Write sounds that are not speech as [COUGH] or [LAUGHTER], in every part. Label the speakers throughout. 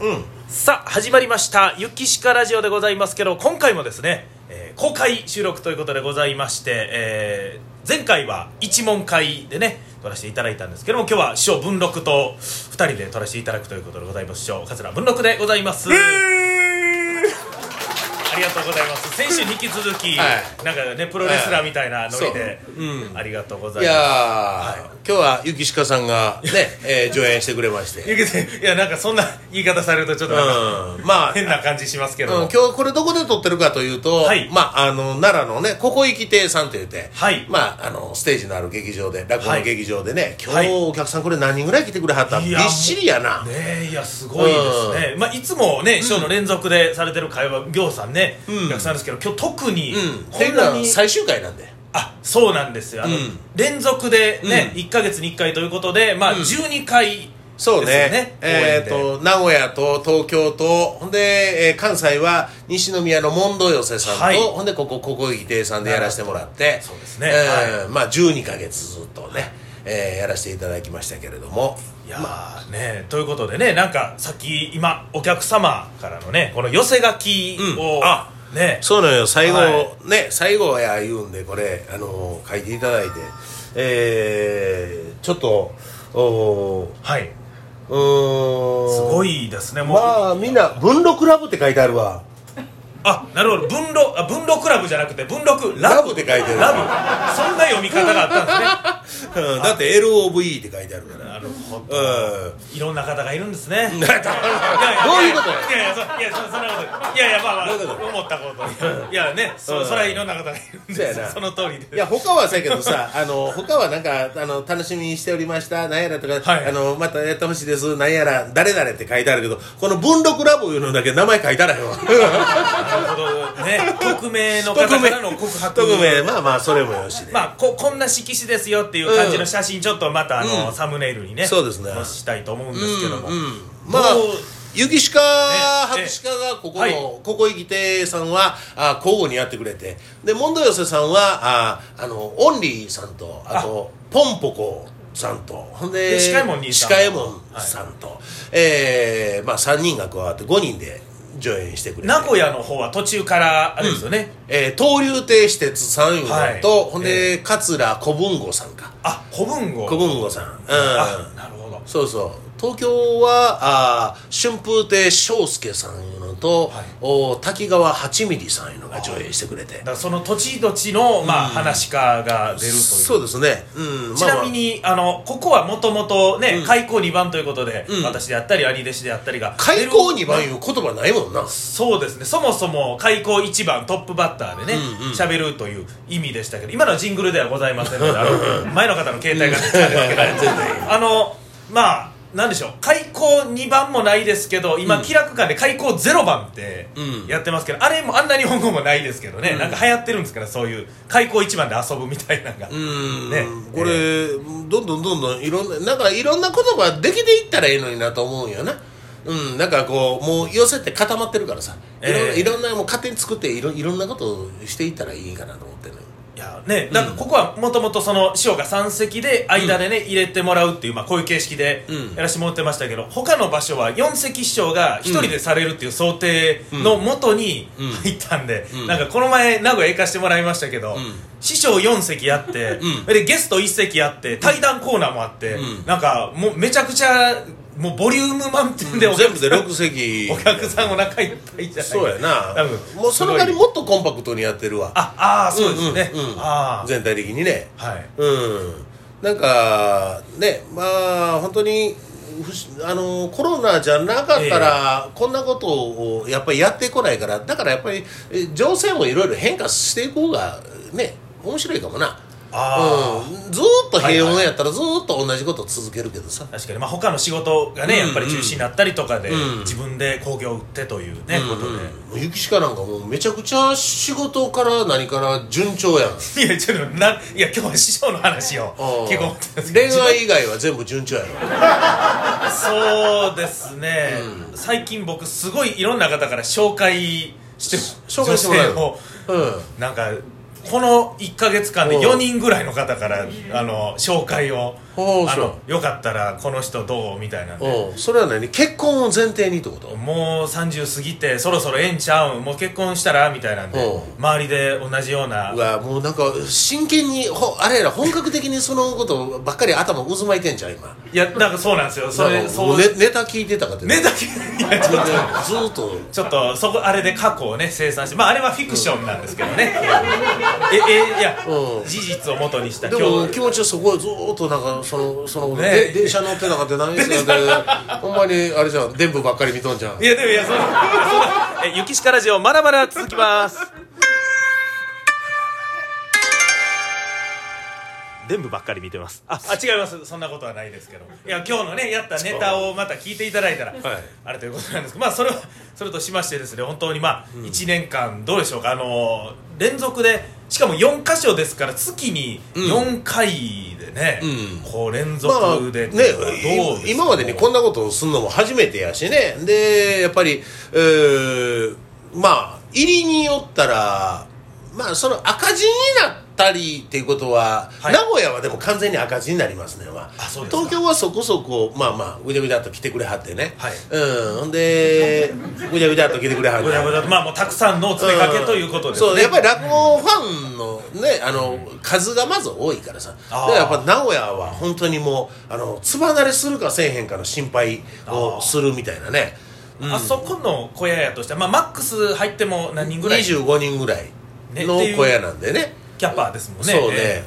Speaker 1: うん、さあ始まりました「ゆきしかラジオ」でございますけど今回もですね、えー公開収録ということでございまして、えー前回は一問会でね撮らせていただいたんですけども今日は師匠文禄と2人で撮らせていただくということでございます師匠桂文禄でございます、ありがとうございます先週に引き続き、
Speaker 2: はい
Speaker 1: なんかねプロレスラーみたいなノリで、
Speaker 2: そうう
Speaker 1: ありがとうござ
Speaker 2: い
Speaker 1: い
Speaker 2: やー、
Speaker 1: ます
Speaker 2: 今日はゆきしかさんが
Speaker 1: [LAUGHS]
Speaker 2: ね、えー、上演してくれまして、
Speaker 1: ゆきさんいやなんかそんな言い方されるとちょっとなんか
Speaker 2: うんまあ
Speaker 1: 変な感じしますけ
Speaker 2: う
Speaker 1: ども、
Speaker 2: ん、今日これどこで撮ってるかというと、
Speaker 1: はい
Speaker 2: まあ、あの奈良のねここ行き亭さんというて、
Speaker 1: はい
Speaker 2: まあ、あのステージのある劇場で落語
Speaker 1: は
Speaker 2: の
Speaker 1: い
Speaker 2: 劇場でね、今
Speaker 1: はい
Speaker 2: 日お客さんこれ何人ぐらい来てくれはった
Speaker 1: い
Speaker 2: びっ
Speaker 1: や
Speaker 2: しりやな、
Speaker 1: ねえいやすごいですね、まあ、いつもね師匠の連続でされてる会話行さんね、お客さんですけど今日特に
Speaker 2: うん、
Speaker 1: こん
Speaker 2: ていうの
Speaker 1: な
Speaker 2: は
Speaker 1: に、
Speaker 2: 最終回なんで
Speaker 1: あそうなんですよあの、
Speaker 2: うん
Speaker 1: 連続でね、
Speaker 2: う
Speaker 1: 1か月に1回ということで、まあ、12回ですよね、
Speaker 2: そうねえっ、
Speaker 1: 公演で
Speaker 2: と名古屋と東京とほんで、えー関西は西宮の問答寄せさんと、
Speaker 1: はい
Speaker 2: ほんでここここ行き亭さんでやらせてもらって
Speaker 1: そうですね
Speaker 2: えーまあ12か月ずっとね、えーやらせていただきましたけれども
Speaker 1: いやーねということでねなんかさっき今お客様からのねこの寄せ書きを、
Speaker 2: うんあ
Speaker 1: ね
Speaker 2: そうなのよ最後、
Speaker 1: は
Speaker 2: ね最後や言うんでこれ、あのー書いていただいてえーちょっとお
Speaker 1: はいう
Speaker 2: ーん
Speaker 1: すごいですねもう、
Speaker 2: まあみんな「文禄ラブ」って書いてあるわ
Speaker 1: あなるほど文禄あ文禄ラブじゃなくて文禄ラブ
Speaker 2: ラブって書いてる
Speaker 1: ラブそんな読み方があったんですね
Speaker 2: うんだって LOVE って書いてあるから
Speaker 1: なるほど、
Speaker 2: うん
Speaker 1: いろんな方がいるんです
Speaker 2: [LAUGHS]
Speaker 1: ね。いやい
Speaker 2: だから
Speaker 1: や
Speaker 2: どういうこと
Speaker 1: い
Speaker 2: や
Speaker 1: やいやそいやそそんなこといやいやまあまあ
Speaker 2: どういうこと
Speaker 1: 思ったこといやいやねそ,、
Speaker 2: うん
Speaker 1: それはいろんな方がいるんです
Speaker 2: そうやな
Speaker 1: その通りで
Speaker 2: いや他はそうやけどさ [LAUGHS] あの他はなんかあの楽しみにしておりましたなんやらとか、
Speaker 1: はい
Speaker 2: あのまたやってほしいですなんやら誰々って書いてあるけどこの文禄ラブいうのだけ名前書 [LAUGHS] いてあらへんわ
Speaker 1: なるほどね匿名の方からの告白
Speaker 2: 匿名まあまあそれもよしで、
Speaker 1: まあ、ここんな色紙ですよっていう感じの写真ちょっとまたあの、
Speaker 2: うん
Speaker 1: サムネイルにね
Speaker 2: そうですね
Speaker 1: 載せたいと思うんですけども、
Speaker 2: うんうんまあ
Speaker 1: どう
Speaker 2: 雪鹿
Speaker 1: ね
Speaker 2: 博士課がここの、
Speaker 1: はい
Speaker 2: ここ行き亭さんはあ交互にやってくれてでモンド寄せさんはああのオンリーさんとあとポンポコさんとほん
Speaker 1: で
Speaker 2: で
Speaker 1: 鹿右衛門兄さん
Speaker 2: 鹿右衛門さんと、えーまあ、3人が加わって5人で上演してくれて
Speaker 1: 名古屋の方は途中からあれですよね、
Speaker 2: えー東流亭私鉄さんいうのと、
Speaker 1: はい
Speaker 2: ほんで、桂小文吾さんか
Speaker 1: あ古文語
Speaker 2: 小文吾さん、うん、
Speaker 1: あなるほど
Speaker 2: そうそう東京はあー春風亭昇介さんいうのと、
Speaker 1: はい
Speaker 2: お滝川八ミリさんいうのが上映してくれて
Speaker 1: だからその土地土地の、まあ、話し家が出るという
Speaker 2: そうですね、うん、
Speaker 1: ちなみに、あの、ここはもともとね、開口2番ということで、
Speaker 2: うん
Speaker 1: 私であったり、兄弟子であったりが。
Speaker 2: 開口二番
Speaker 1: 出
Speaker 2: い
Speaker 1: る
Speaker 2: う言葉ないもんな
Speaker 1: そうですね。そもそも開口1番、トップバッターでね
Speaker 2: うんうん、
Speaker 1: 喋、るという意味でしたけど、今のはジングルではございませんので、あ
Speaker 2: [LAUGHS]
Speaker 1: の、前の方の携帯が出たんですけど、あの、まあ、なんでしょう開口2番もないですけど今、気楽館で開口0番って
Speaker 2: うん
Speaker 1: やってますけど、あれもあんな日本語もないですけどね、なんか流行ってるんですからそういう開口1番で遊ぶみたいなのが、
Speaker 2: うん、
Speaker 1: ね
Speaker 2: これ、どんどんどんどんいろんななんかいろんな言葉できていったらいいのになと思うんよなうん、なんかこうもう寄せって固まってるからさいろ,、
Speaker 1: ええ
Speaker 2: いろんなもう勝手に作っていろいろんなことをしていったらいいかなと思ってるのよ
Speaker 1: いやね、なんかここはもともとその師匠が3席で間でね、入れてもらうっていう、まあ、こういう形式で
Speaker 2: うん
Speaker 1: やらせてもらってましたけど、他の場所は4席師匠が1人でされるっていう想定のもとに入ったんで、なんかこの前名古屋行かしてもらいましたけど、師匠4席やって、でゲスト1席やって対談コーナーもあって、
Speaker 2: うん
Speaker 1: なんかもうめちゃくちゃもうボリューム満点でお客
Speaker 2: 全部
Speaker 1: さ
Speaker 2: で
Speaker 1: ん,、
Speaker 2: 6席
Speaker 1: お客さんお腹いっぱいじゃない
Speaker 2: そうやな
Speaker 1: 多分
Speaker 2: もうその代わり
Speaker 1: すごい
Speaker 2: もっとコンパクトにやってるわ
Speaker 1: ああーそうですね、
Speaker 2: うんうん
Speaker 1: あ
Speaker 2: 全体的にね
Speaker 1: あはい
Speaker 2: うんなんかねまあ本当にふしあのコロナじゃなかったら、こんなことをやっぱりやってこないからだからやっぱりえ情勢もいろいろ変化していこうがね面白いかもな
Speaker 1: ああ、
Speaker 2: うん、ずーっと平穏やったらずーっと同じこと続けるけどさ、
Speaker 1: 確かに、まあ、他の仕事がね、
Speaker 2: うんうん
Speaker 1: やっぱり中止になったりとかで、
Speaker 2: うん
Speaker 1: 自分で興行を売ってというね、ことで
Speaker 2: うん、ゆきしかなんかもうめちゃくちゃ仕事から何から順調やん
Speaker 1: いやちょっとないや今日は師匠の話を
Speaker 2: あー
Speaker 1: 結構思ってたんですけ
Speaker 2: 恋
Speaker 1: ど
Speaker 2: 愛以外は全部順調やろ
Speaker 1: そうですね、最近僕すごいいろんな方から紹介して
Speaker 2: 紹介してもらうの
Speaker 1: 女性
Speaker 2: うん
Speaker 1: をなんかこの1か月間で
Speaker 2: うん
Speaker 1: 4人ぐらいの方からあの紹介を
Speaker 2: ほう
Speaker 1: あ
Speaker 2: そう
Speaker 1: のよかったらこの人どうみたいなんで
Speaker 2: おうそれは何結婚を前提にってこと
Speaker 1: もう30過ぎてそろそろええんちゃうんもう結婚したらみたいなんで
Speaker 2: おう
Speaker 1: 周りで同じような
Speaker 2: うわもうなんか真剣にほあれやら本格的にそのことばっかり頭渦巻いてんじゃん今
Speaker 1: いやなんかそうなんですよそれ
Speaker 2: そ
Speaker 1: そうう
Speaker 2: ネネタ聞いてたかって
Speaker 1: ねだけいやちょっと
Speaker 2: ずーっと
Speaker 1: ちょっとそこあれで過去をね清算してまああれはフィクションなんですけどね、ええいや、
Speaker 2: うん
Speaker 1: 事実を元にした
Speaker 2: で
Speaker 1: 今
Speaker 2: も
Speaker 1: 日
Speaker 2: 気持ちはそこはずーっとなんかそのその、
Speaker 1: ね
Speaker 2: で電車乗ってなかった何して [LAUGHS] なほんまにあれじゃん全部ばっかり見とんじゃん
Speaker 1: いやでもいやそのそんなえ雪下ラジオまだまだ続きます全部ばっかり見てますああ違いますそんなことはないですけどいや今日のねやったネタをまた聞いていただいたら、
Speaker 2: はい
Speaker 1: あれということなんですけどまあそれはそれとしましてですね本当にまあ1年間どうでしょうかあの連続でしかも4箇所ですから月に4回でね、
Speaker 2: う
Speaker 1: こう連
Speaker 2: まあ
Speaker 1: 続でっ
Speaker 2: ね
Speaker 1: ていうのはどうですか、
Speaker 2: い今までにこんなことをするのも初めてやしねでやっぱり、えーまあ入りによったらまあその赤字になったりっていうことは、
Speaker 1: はい
Speaker 2: 名古屋はでも完全に赤字になりますねは
Speaker 1: あそうですか
Speaker 2: 東京はそこそこまあまあうじゃうじゃっと来てくれはってね、
Speaker 1: はい
Speaker 2: うんほんでうじゃうじゃっと来てくれはって
Speaker 1: ごちゃごちゃとまあもうたくさんのお詰めかけということですね、
Speaker 2: そうやっぱり落語ファンのねあの数がまず多いからさ
Speaker 1: あー
Speaker 2: でやっぱ名古屋は本当にもうあのつばなれするかせえへんかの心配をするみたいなね
Speaker 1: あそこの小屋やとしては、まあ、マックス入っても何人ぐらいキ
Speaker 2: 25人ぐらいの
Speaker 1: ねっていう
Speaker 2: 小屋なんでね
Speaker 1: ャパーですもんね
Speaker 2: そうね、
Speaker 1: え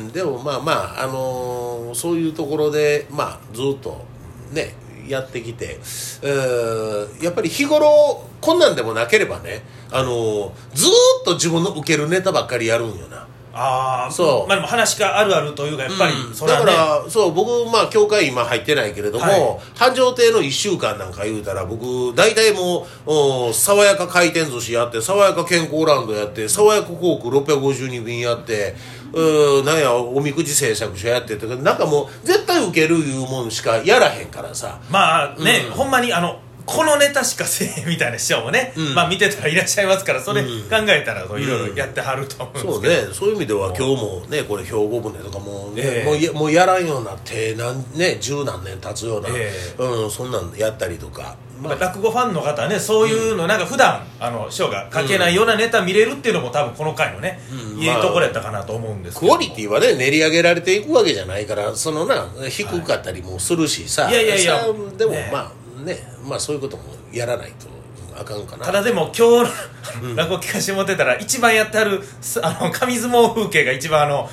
Speaker 2: うんでもまあまああのーそういうところでまあずっとねやってきて、えーやっぱり日頃こんなんでもなければねあのーずーっと自分の受けるネタばっかりやるんよな
Speaker 1: えああ
Speaker 2: そう
Speaker 1: まあでも話があるあるというかやっぱり、
Speaker 2: うん
Speaker 1: それは
Speaker 2: だ
Speaker 1: ね
Speaker 2: からそう僕まあ教会今入ってないけれども、
Speaker 1: はい
Speaker 2: 繁盛亭の1週間なんか言うたら僕大体もううん爽やか回転寿司やって爽やか健康ランドやって爽やか航空652便やってうんなんやおみくじ製作所やってとかなんかもう絶対ウケるいうもんしかやらへんからさ
Speaker 1: まあね、ほんまにあのこのネタしかせえへんみたいな師匠もね、まあ見てたらいらっしゃいますからそれ考えたらそういろいろやってはると思うんですけど、
Speaker 2: そうねそういう意味では今日もねこれ兵庫船とかもう,、
Speaker 1: ええ
Speaker 2: もうやもうやらんようになってなんね十何年経つような、
Speaker 1: え
Speaker 2: うん、そんなんやったりとか。ま
Speaker 1: まあ
Speaker 2: あ
Speaker 1: 落語ファンの方はねそういうのなんか普段あの師匠が書けないようなネタ見れるっていうのも多分この回のね、いいところやったかなと思うんですけ
Speaker 2: ク
Speaker 1: ど
Speaker 2: オリティはね練り上げられていくわけじゃないからそのな低かったりもするしさ、
Speaker 1: はいいやいやいや
Speaker 2: さでも、
Speaker 1: ね
Speaker 2: まあねまあそういうこともやらないとあかんかな
Speaker 1: ただでも今日の落語聞かしてもらってたら一番やってあるすあの紙相撲風景が一番あの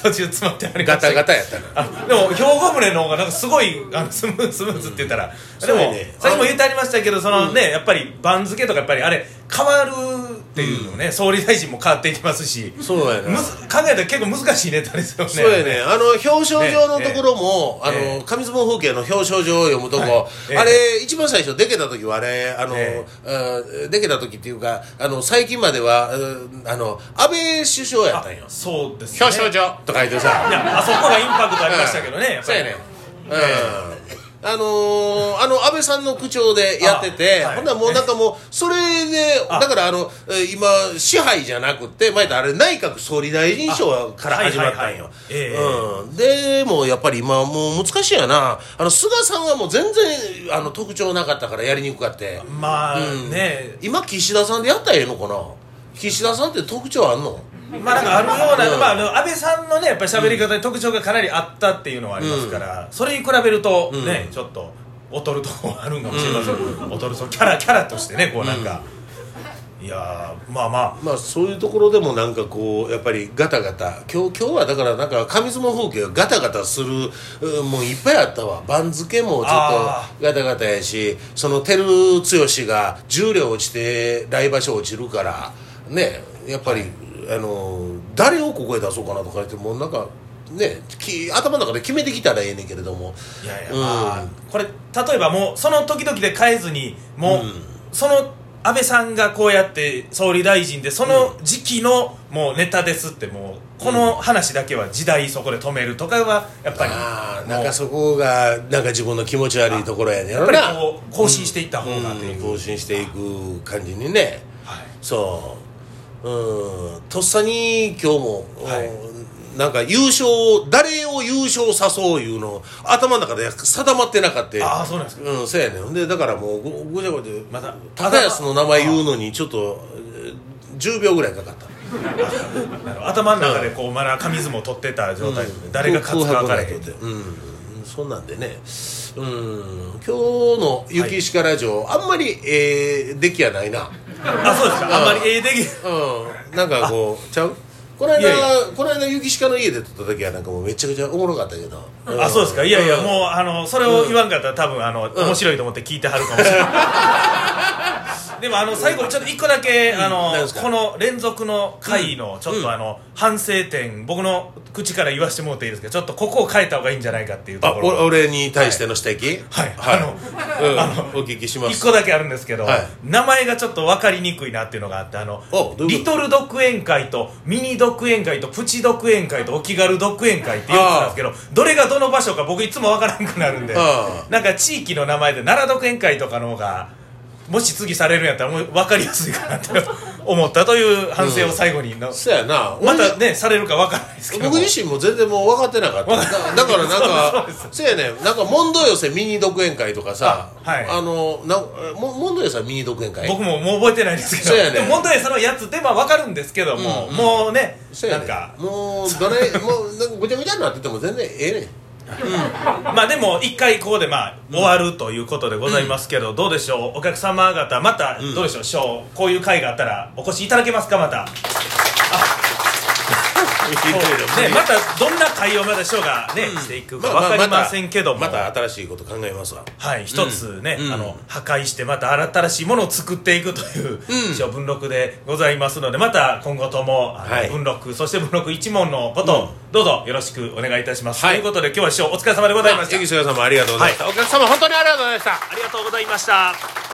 Speaker 1: 途中詰まってありました
Speaker 2: ガタ
Speaker 1: けど
Speaker 2: ガタやったな
Speaker 1: あでも兵庫胸の方がなんかすごいあのスムーズスムーズって言ったら、でも、
Speaker 2: そうやね
Speaker 1: さっきも言ってありましたけどその、ねやっぱり番付とかやっぱりあれ変わるっていうのね、総理大臣も変わっていきますし
Speaker 2: そうやな
Speaker 1: むず考えたら結構難しいネタですよね
Speaker 2: そうやねあの表彰状のところも、
Speaker 1: ねええ
Speaker 2: あの上相撲風景の表彰状を読むとこ、
Speaker 1: いええ
Speaker 2: あれ一番最初でけた時はあれあの、
Speaker 1: え
Speaker 2: あでけた時っていうかあの最近まではうんあの安倍首相やっ
Speaker 1: あ
Speaker 2: たんよ
Speaker 1: そうです
Speaker 2: 表彰状と書いてさ
Speaker 1: いやあそこがインパクトありましたけどね、やっぱ
Speaker 2: そう
Speaker 1: り
Speaker 2: やねうんあのー、あの安倍さんの口調でやってて、
Speaker 1: あはい
Speaker 2: ほんならもうなんかもうそれで
Speaker 1: あ
Speaker 2: だからあのえー今支配じゃなくて前とあれ内閣総理大臣賞か
Speaker 1: あ
Speaker 2: ら
Speaker 1: はい
Speaker 2: 始まったんよ
Speaker 1: はいはいええ
Speaker 2: うんでもやっぱり今もう難しいやなあの菅さんはもう全然あの特徴なかったからやりにくかって
Speaker 1: まあね、
Speaker 2: 今岸田さんでやったらええのかな岸田さんって特徴あんの
Speaker 1: まあなんかあるような、
Speaker 2: うん
Speaker 1: まあ、あの安倍さんのねやっぱり喋り方に特徴がかなりあったっていうのはありますから、それに比べるとね、ちょっと劣るとこはあるんかもしれません、劣るそのキャラキャラとしてねこうなんか、いやーまあま
Speaker 2: まあそういうところでもなんかこうやっぱりガタガタ今日今日はだからなんか上相撲風景がガタガタするうんもういっぱいあったわ番付もちょっと
Speaker 1: あ
Speaker 2: ガタガタやしその照強が十両落ちて来場所落ちるからねやっぱり、あの誰をここへ出そうかなとか言ってもうなんかねき頭の中で決めてきたらええねんけれども
Speaker 1: あいやいや、
Speaker 2: うん
Speaker 1: まあこれ例えばもうその時々で変えずにもう、その安倍さんがこうやって総理大臣でその時期のもうネタですってもうこの話だけは時代そこで止めるとかはやっぱり
Speaker 2: ああ
Speaker 1: も
Speaker 2: な
Speaker 1: うん
Speaker 2: かそこがなんか自分の気持ち悪いところやねんや
Speaker 1: やっ
Speaker 2: ろ
Speaker 1: ぱり
Speaker 2: な
Speaker 1: こう更新していった方がっていう
Speaker 2: うん、更新していく感じにね
Speaker 1: はい
Speaker 2: そううんとっさに今日も、
Speaker 1: はい
Speaker 2: うんなんか優勝誰を優勝さそういうの頭の中で定まってなかった
Speaker 1: ああそうなんですか
Speaker 2: うんそうやねんほんでだからもうごごちゃごちゃ
Speaker 1: また
Speaker 2: 忠康の名前言うのにちょっとえー10秒ぐらいかかった
Speaker 1: なるほど頭の中でこうまだ紙相撲取ってた状態で、誰が勝つか分からへんって
Speaker 2: うんうんそんなんでねうん今日の「雪石ラジオ」あんまりえー出来やないな
Speaker 1: あそうですかあんまりええでき
Speaker 2: うんなんかこうちゃうこの間
Speaker 1: いやいや
Speaker 2: この間雪鹿の家で撮った時はなんかもうめちゃくちゃおもろかったけど、ん
Speaker 1: あそうですかいやいや
Speaker 2: ん
Speaker 1: もうあのそれを言わんかったら多分あの、面白いと思って聞いてはるかもしれないでもあの最後ちょっと一個だけ、あの
Speaker 2: 何ですか
Speaker 1: この連続の回のちょっとあの、反省点僕の口から言わしてもらっていいですけどちょっとここを変えた方がいいんじゃないかっていうと
Speaker 2: あ
Speaker 1: こ
Speaker 2: お
Speaker 1: ろ
Speaker 2: 俺に対しての指摘
Speaker 1: はい
Speaker 2: はい
Speaker 1: あの
Speaker 2: うん
Speaker 1: あの
Speaker 2: お聞きしま
Speaker 1: 一
Speaker 2: す
Speaker 1: 個だけあるんですけど、
Speaker 2: はい
Speaker 1: 名前がちょっと分かりにくいなっていうのがあってあの
Speaker 2: おどういう
Speaker 1: リ
Speaker 2: こと
Speaker 1: トル独演会とミニ独演会とプチ独演会とお気軽独演会って言ってたんですけどどれがどの場所か僕いつも分からなくなるんで
Speaker 2: あ
Speaker 1: なんか地域の名前で奈良独演会とかの方がもし次されるんやったらもう分かりやすいかなって [LAUGHS] 思ったという反省を最後にの、
Speaker 2: そうやな
Speaker 1: またねされるか分からないですけど
Speaker 2: [LAUGHS] 僕自身も全然もう分かってなかっただだからなん
Speaker 1: [LAUGHS]
Speaker 2: かそうやねなんか問答寄せミニ独演会とかさ
Speaker 1: あはい
Speaker 2: あのなも問答寄せはミニ独演会
Speaker 1: 僕ももう覚えてないですけど
Speaker 2: そうやね
Speaker 1: でも問題はそのやつでまあ分かるんですけども、もうね
Speaker 2: そうや
Speaker 1: な
Speaker 2: ね
Speaker 1: んか
Speaker 2: もうどれ [LAUGHS] もうなんかぐちゃぐちゃになってても全
Speaker 1: [LAUGHS]
Speaker 2: 然ええねん
Speaker 1: まあでも一回ここでまあ終わるということでございますけど、どうでしょうお客様方またどうでしょう、ショーこういう会があったらお越しいただけますかまた、ね、またどんな会をまだショーがね、していくか分かりませんけども、
Speaker 2: またまた新しいこと考えますわ
Speaker 1: はい一つね、
Speaker 2: うん
Speaker 1: あの破壊してまた新しいものを作っていくという、ショー文録でございますのでまた今後ともあの
Speaker 2: はい
Speaker 1: 文録そして文録一問のこと、どうぞよろしくお願いいたします、
Speaker 2: は
Speaker 1: と
Speaker 2: い
Speaker 1: いうことで今日はショーお疲れ様でございました
Speaker 2: ゆきさんもありがとうございました、お客様本当にありがとうございました
Speaker 1: ありがとうございました